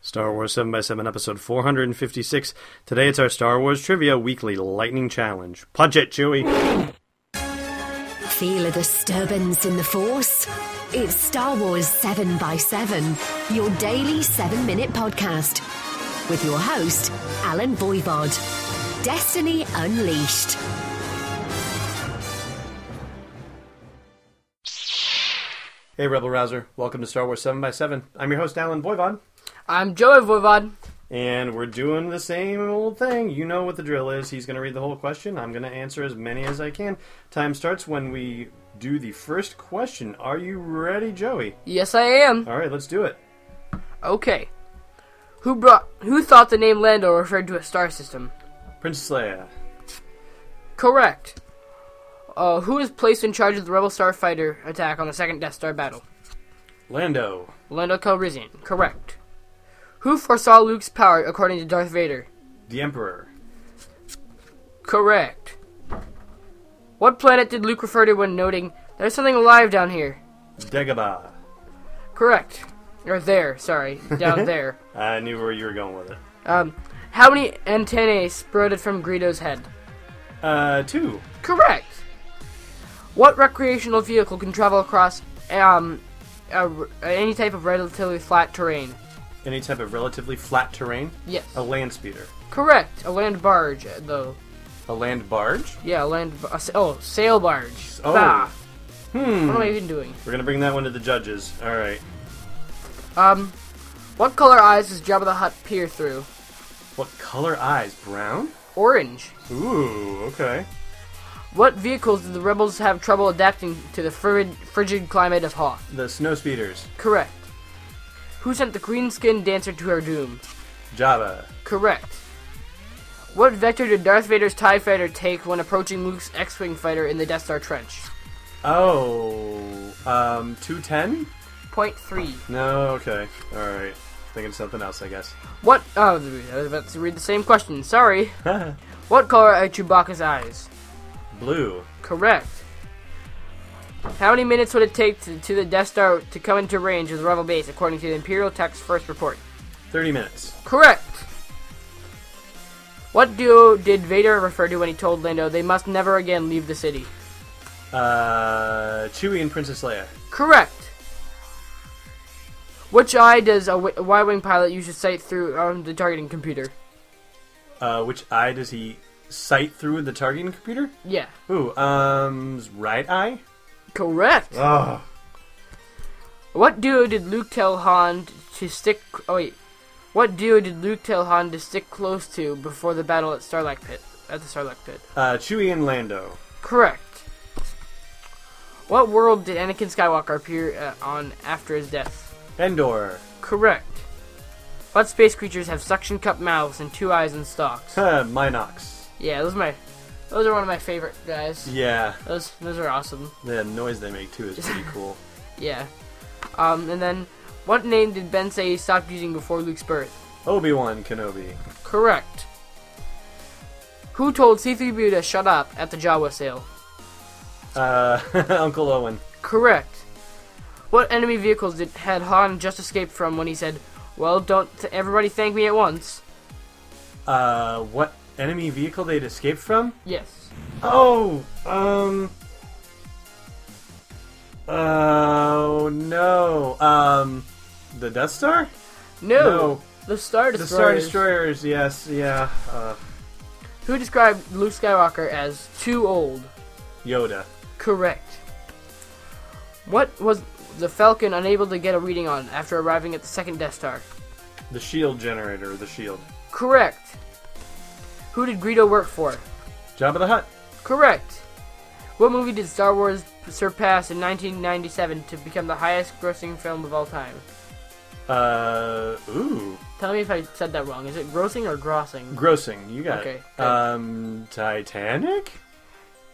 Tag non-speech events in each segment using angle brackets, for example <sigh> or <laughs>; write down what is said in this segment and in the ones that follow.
Star Wars 7 by 7 episode 456. Today it's our Star Wars Trivia Weekly Lightning Challenge. Punch it, Chewie! Feel a disturbance in the Force? It's Star Wars 7 by 7 your daily seven minute podcast. With your host, Alan Voivod. Destiny Unleashed. Hey, Rebel Rouser. Welcome to Star Wars 7 by 7 I'm your host, Alan Voivod. I'm Joey Voivod. And we're doing the same old thing. You know what the drill is. He's going to read the whole question. I'm going to answer as many as I can. Time starts when we do the first question. Are you ready, Joey? Yes, I am. All right, let's do it. Okay. Who brought? Who thought the name Lando referred to a star system? Princess Leia. Correct. Uh, who was placed in charge of the Rebel starfighter attack on the second Death Star battle? Lando. Lando Calrissian. Correct. Who foresaw Luke's power according to Darth Vader? The Emperor. Correct. What planet did Luke refer to when noting there's something alive down here? Dagobah. Correct. Or there, sorry, down there. I knew where you were going with it. Um, how many antennae sprouted from Greedo's head? Uh, two. Correct. What recreational vehicle can travel across um, a, any type of relatively flat terrain? Any type of relatively flat terrain? Yes. A land speeder. Correct. A land barge, uh, though. A land barge? Yeah, a land. Ba- a sa- oh, sail barge. Oh. Bah. What am I even doing? We're gonna bring that one to the judges. All right. Um, what color eyes does Jabba the Hutt peer through? What color eyes? Brown? Orange. Ooh, okay. What vehicles do the rebels have trouble adapting to the frigid, frigid climate of Hoth? The snow speeders. Correct. Who sent the green skinned dancer to her doom? Java. Correct. What vector did Darth Vader's TIE fighter take when approaching Luke's X Wing fighter in the Death Star Trench? Oh, um, 210? Point three. No, okay. All right. Thinking something else, I guess. <laughs> What? Oh, I was about to read the same question. Sorry. what color are Chewbacca's eyes? Blue. Correct. How many minutes would it take to, to the Death Star to come into range of the Rebel base according to the Imperial Tech's first report? 30 minutes. Correct. What duo did Vader refer to when he told Lando they must never again leave the city? Uh, Chewie and Princess Leia. Correct. Which eye does a wi- a Y-wing pilot use to sight through um, the targeting computer? Uh, which eye does he sight through the targeting computer? Yeah. Ooh, um, right eye? Correct. Oh. What duo did Luke tell Han to stick? Oh wait. What duo did Luke tell Han to stick close to before the battle at Starlight Pit? At the Starlight Pit. Uh, Chewie and Lando. Correct. What world did Anakin Skywalker appear uh, on after his death? Endor. Correct. What space creatures have suction cup mouths and two eyes and stalks? Huh, Minox. Yeah, those are my, those are one of my favorite guys. Yeah, Those those are awesome. the noise they make too is pretty cool. Yeah. Um, and then what name did Ben say he stopped using before Luke's birth? Obi Wan Kenobi. Correct. Who told C3PO to shut up at the Jawa sale? Uh, <laughs> Uncle Owen. Correct. What enemy vehicles did had Han just escaped from when he said, "Well, don't th- everybody thank me at once"? Uh, what enemy vehicle they'd escaped from? Yes. Oh, um. Oh no. Um, the Death Star? No. No. The Star The Destroyer. Star Destroyers, yes, yeah. Uh, Who described Luke Skywalker as too old? Yoda. Correct. What was the Falcon unable to get a reading on after arriving at the second Death Star? The shield generator, the shield. Correct. Who did Greedo work for? Jabba the Hutt. Correct. What movie did Star Wars surpass in 1997 to become the highest grossing film of all time? Uh, ooh. Tell me if I said that wrong. Is it grossing or grossing? Grossing, you got Okay, it. good. Um, Titanic?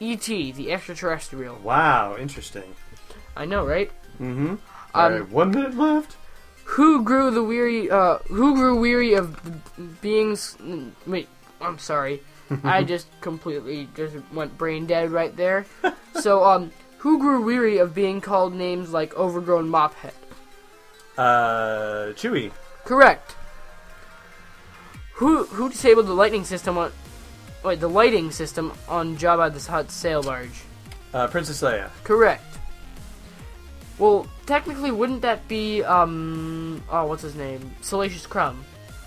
E.T., E the extraterrestrial. Wow, interesting. I know, right? Mm-hmm. Um, Alright, one minute left. Who grew the weary? Uh, who grew weary of b- beings? mm, Wait, I'm sorry. I just completely just went brain dead right there. so, um, who grew weary of being called names like overgrown mophead? Uh, Chewie. Correct. Who who disabled the lightning system on? Wait, the lighting system on Jabba the Hutt's sail barge. Uh, Princess Leia. Correct. Well, technically, wouldn't that be um? Oh, what's his name? Salacious Crumb.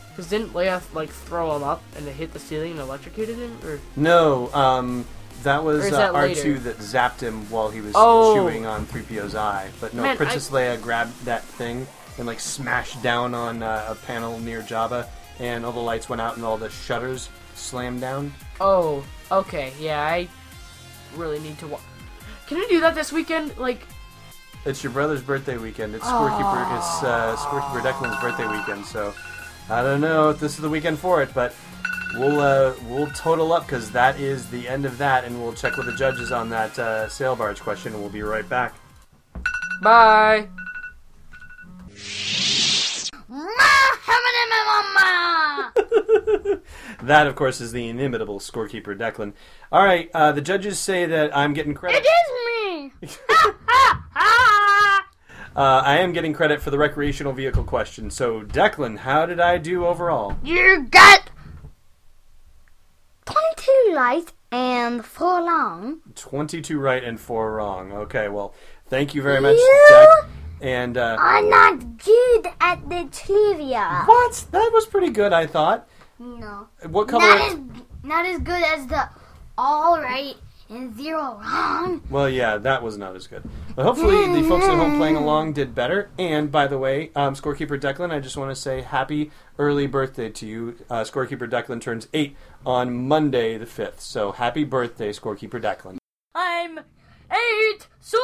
Because didn't Leia like throw him up and it hit the ceiling and electrocuted him? Or No, um, that Or was is uh, that later? R2 that zapped him while he was Oh. chewing on 3PO's eye. But no, Man, Princess Leia grabbed that thing and like smashed down on uh, a panel near Jabba, and all the lights went out and all the shutters slammed down. oh, okay, yeah, I really need to watch. Can I do that this weekend? Like, It's your brother's birthday weekend. It's Scorekeeper. It's uh, Scorekeeper Declan's birthday weekend. So I don't know if this is the weekend for it, but we'll uh, we'll total up because that is the end of that, and we'll check with the judges on that uh, sail barge question. and We'll be right back. <laughs> bye. That, of course, is the inimitable scorekeeper Declan. All right, uh, the judges say that I'm getting credit. It is me. uh, I am getting credit for the recreational vehicle question. So, Declan, how did I do overall? <laughs> You got 22 light and 4 long. Twenty-two right and four wrong. Okay, well, thank you very much, You- Dec. And uh, I'm not good at the trivia. what? That was pretty good, I thought. No. What Not color? as, not as good as the all right and zero wrong. <laughs> Well, yeah, that was not as good. But hopefully, the folks at home playing along did better. And by the way, um, scorekeeper Declan, I just want to say happy early birthday to you. Uh, scorekeeper Declan turns eight on Monday the fifth, so happy birthday, scorekeeper Declan. I'm eight soon.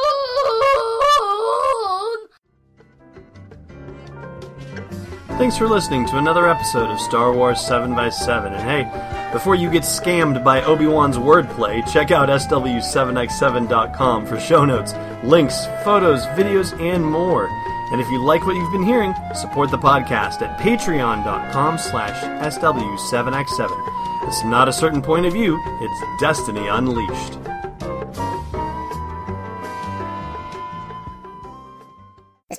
Thanks for listening to another episode of Star Wars 7x7. And hey, before you get scammed by Obi Wan's wordplay, check out SW7x7.com for show notes, links, photos, videos, and more. And if you like what you've been hearing, support the podcast at patreon.com slash SW7x7. It's not a certain point of view, it's Destiny Unleashed. This